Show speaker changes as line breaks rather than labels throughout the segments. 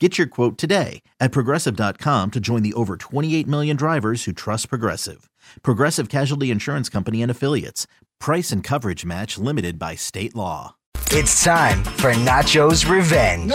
Get your quote today at progressive.com to join the over 28 million drivers who trust Progressive. Progressive Casualty Insurance Company and Affiliates. Price and coverage match limited by state law.
It's time for Nacho's Revenge.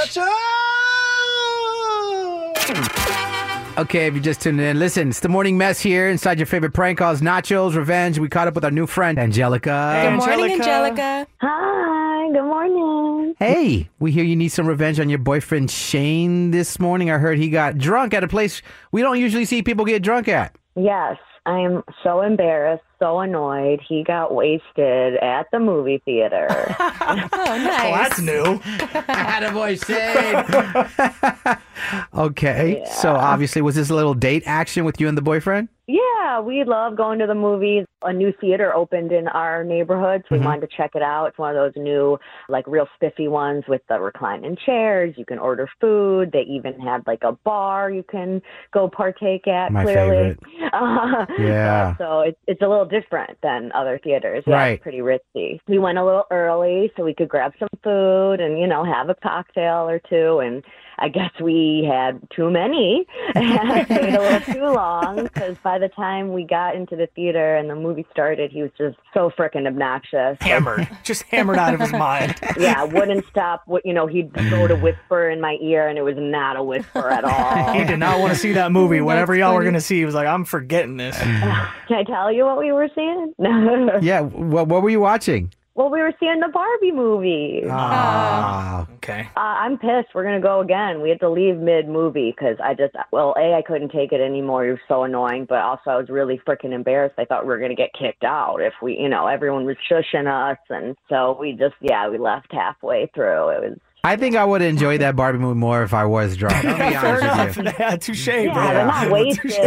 Okay, if you just tuned in, listen, it's the morning mess here inside your favorite prank calls, Nachos, Revenge. We caught up with our new friend, Angelica.
Good morning, Angelica.
Hi, good morning.
Hey, we hear you need some revenge on your boyfriend Shane this morning. I heard he got drunk at a place we don't usually see people get drunk at.
Yes, I am so embarrassed, so annoyed. He got wasted at the movie theater.
Well, that's new.
Attaboy, Shane. okay, so obviously, was this a little date action with you and the boyfriend?
yeah, we love going to the movies. A new theater opened in our neighborhood,
Mm-hmm.
so we wanted to check it out. It's one of those new, like, real spiffy ones with the reclining chairs. You can order food. They even had, like, a bar you can go partake at,
My
clearly. Uh,
Yeah.
So it's it's a little different than other theaters. Yeah,
Right.
it's pretty ritzy. We went a little early so we could grab some food and you know have a cocktail or two. And I guess we had too many and stayed a little too long because by the time we got into the theater and the movie started, he was just so freaking obnoxious.
Hammered. Just hammered out of his mind.
Yeah, wouldn't stop. What you know, he'd go to whisper in my ear, and it was not a whisper at all.
He did not want to see that movie. Whatever y'all were going to see, he was like, I'm forgetting this.
Can I tell you what we were seeing?
Yeah, what, what were you watching?
Well, we were seeing the Barbie movie.
Ah,
Okay.
Uh, I'm pissed. We're gonna go again. We had to leave mid movie because I just well, a I couldn't take it anymore. He was so annoying, but also I was really freaking embarrassed. I thought we were gonna get kicked out if we, you know, everyone was shushing us, and so we just yeah, we left halfway through. It was
I think I would enjoy that Barbie movie more if I was drunk. I'll be
Fair
honest with you.
enough. Yeah, touche,
yeah,
bro.
they're not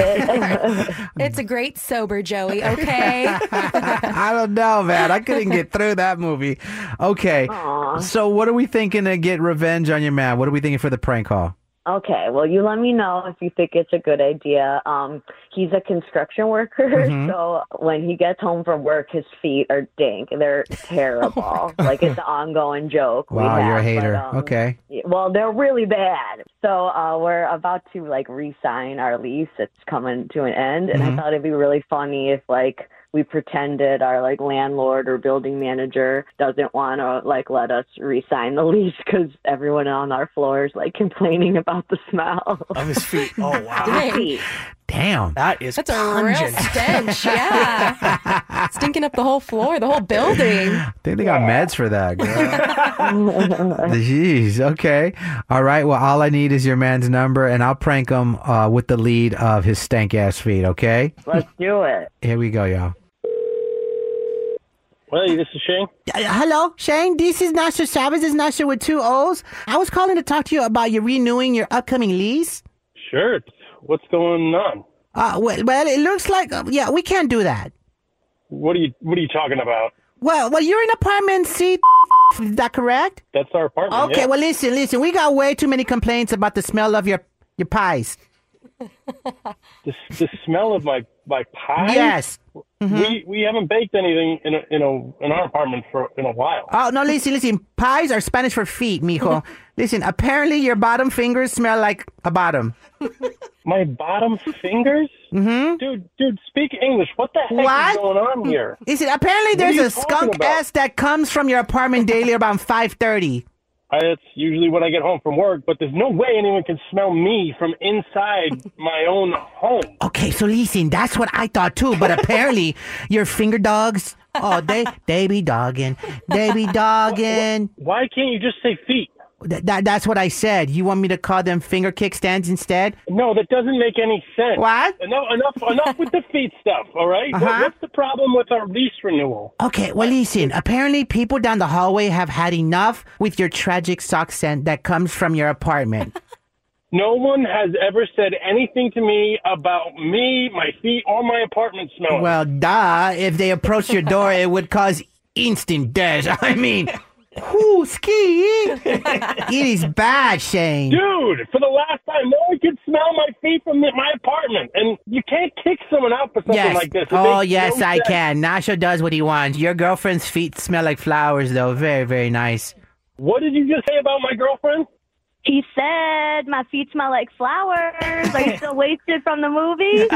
wasted.
It's a great sober Joey, okay?
I don't know, man. I couldn't get through that movie. Okay.
Aw.
So, what are we thinking to get revenge on your man? What are we thinking for the prank call?
Okay, well, you let me know if you think it's a good idea. Um, he's a construction worker,
Mm-hmm.
so when he gets home from work, his feet are dank. They're terrible. like it's an ongoing joke. we
Oh Wow, you're a
have,
hater.
but, um,
okay.
Well, they're really bad. So uh, we're about to like re-sign our lease. It's coming to an end, and I thought it'd be really funny if like we pretended our like landlord or building manager doesn't want to like let us re-sign the lease because everyone on our floor is like complaining about the smell.
Of his feet. Oh, wow.
Dang,
Damn.
That is
That's a real
pungent.
stench, yeah. Stinking up the whole floor, the whole building.
I think they got meds for that, girl. Jeez. Okay. All right. Well, all I need is your man's number, and I'll prank him uh, with the lead of his stank ass feet. Okay.
Let's do it.
Here we go, y'all.
Hey, this is Shane.
Uh, hello, Shane. This is Nasha Chavez. It's Nasha with two O's. I was calling to talk to you about your renewing your upcoming lease.
Sure. What's going on?
Uh, well, well, it looks like uh, yeah, we can't do that.
What are you What are you talking about?
Well, well, you're in apartment C. Is that correct?
That's our apartment.
Okay.
yeah.
Well, listen, listen. We got way too many complaints about the smell of your your pies.
the, the smell of my my pie.
Yes. Mm-hmm.
We we haven't baked anything in a, in a in our apartment for in a while.
Oh no, listen, listen. Pies are Spanish for feet, mijo. listen. Apparently, your bottom fingers smell like a bottom.
my bottom fingers. Mm-hmm. Dude, dude, speak English. What the heck is
What?
going on here?
Listen. Apparently,
are
there's
you
a
talking
skunk
about?
ass that comes from your apartment daily around five thirty.
I, that's usually when I get home from work, but there's no way anyone can smell me from inside my own home.
Okay, so listen, that's what I thought too, but apparently your finger dogs, oh, they they be dogging, they be dogging.
Why can't you just say feet?
Th- that, that's what I said. You want me to call them finger kickstands instead?
No, that doesn't make any sense.
What?
Enough, enough, enough with the feet stuff. All right? What-
Uh-huh.
what's the problem with our lease renewal?
Okay, well, listen, apparently people down the hallway have had enough with your tragic sock scent that comes from your apartment.
No one has ever said anything to me about me, my feet, or my apartment smelling.
well, duh, if they approach your door, it would cause instant death. I mean, whoo, ski. it is bad, Shane.
Dude, for the last time, no one could smell my feet from the, my apartment. And you can't kick someone out for something
Yes.
like this. It
oh,
makes
yes,
no
I
sense.
can. Nasha does what he wants. Your girlfriend's feet smell like flowers, though. Very, very nice.
What did you just say about my girlfriend?
He said, "My feet smell like flowers. Are you still wasted from the movie?"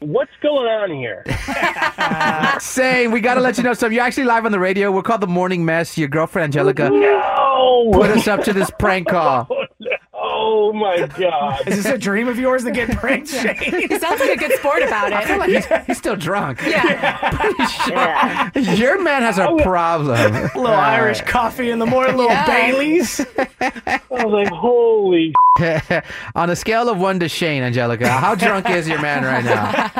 What's going on here?
Saying we gotta let you know something. You're actually live on the radio. We're called the Morning Mess. Your girlfriend Angelica
No!
put us up to this prank call.
Oh my god.
Is this a dream of yours to get pranked, Shane?
He sounds like a good sport about it.
He's, he's still drunk.
yeah.
Yeah.
Your man has a problem.
little Irish coffee in the morning,
Oh,
little
Yeah.
Bailey's.
I was like, holy
On a scale of one to Shane, Angelica, how drunk is your man right now?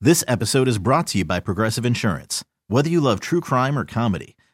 This episode is brought to you by Progressive Insurance. Whether you love true crime or comedy,